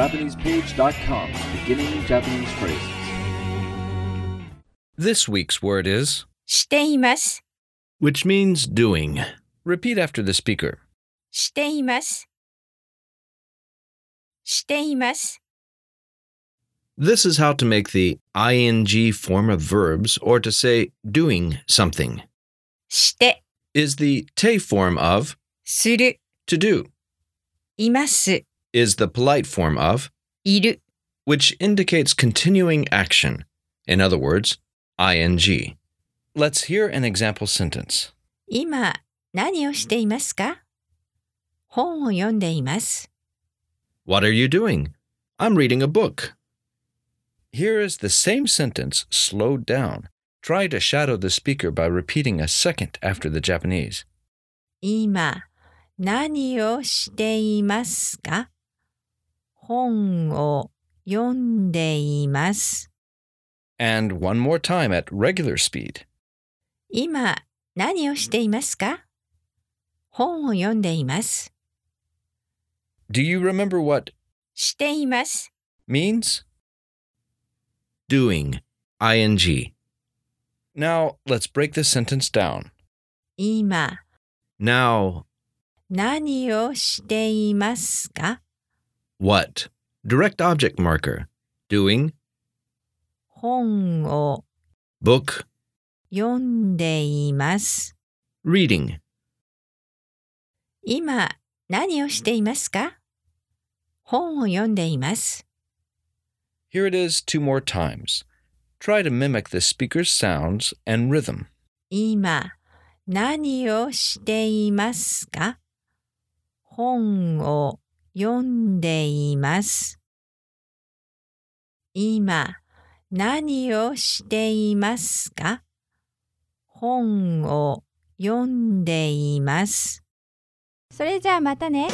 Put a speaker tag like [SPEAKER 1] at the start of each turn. [SPEAKER 1] JapanesePage.com, beginning Japanese phrases.
[SPEAKER 2] This week's word is
[SPEAKER 3] しています。
[SPEAKER 4] which means doing.
[SPEAKER 2] repeat after the speaker.
[SPEAKER 3] しています。しています。
[SPEAKER 4] This is how to make the ing form of verbs or to say doing something
[SPEAKER 3] して、
[SPEAKER 4] is the te form of
[SPEAKER 3] する、
[SPEAKER 4] to do
[SPEAKER 3] います、
[SPEAKER 4] is the polite form of
[SPEAKER 3] いる。
[SPEAKER 4] which indicates continuing action. In other words, ing.
[SPEAKER 2] Let's hear an example sentence.
[SPEAKER 3] 今、何をしていますか本を読んでいます。
[SPEAKER 4] What are you doing? I'm reading a book.
[SPEAKER 2] Here is the same sentence slowed down. Try to shadow the speaker by repeating a second after the Japanese.
[SPEAKER 3] 今、何をしていますか本を読んでいます。
[SPEAKER 2] And one more time at regular speed.
[SPEAKER 3] 今、何をしていますか本を読んでいます。
[SPEAKER 2] Do you remember what
[SPEAKER 3] しています。
[SPEAKER 2] means?
[SPEAKER 4] Doing. ing.
[SPEAKER 2] Now, let's break this sentence down.
[SPEAKER 3] 今、
[SPEAKER 4] Now,
[SPEAKER 3] 何をしていますか
[SPEAKER 4] what? Direct object marker. Doing.
[SPEAKER 3] 本を
[SPEAKER 4] Book.
[SPEAKER 3] 読んでいます。
[SPEAKER 4] Reading.
[SPEAKER 3] 今、何をしていますか本を読んでいます。
[SPEAKER 2] Here it is two more times. Try to mimic the speaker's sounds and rhythm.
[SPEAKER 3] 今、何をしていますか本を読んでいます。今、何をしていますか本を読んでいます。それじゃあまたね。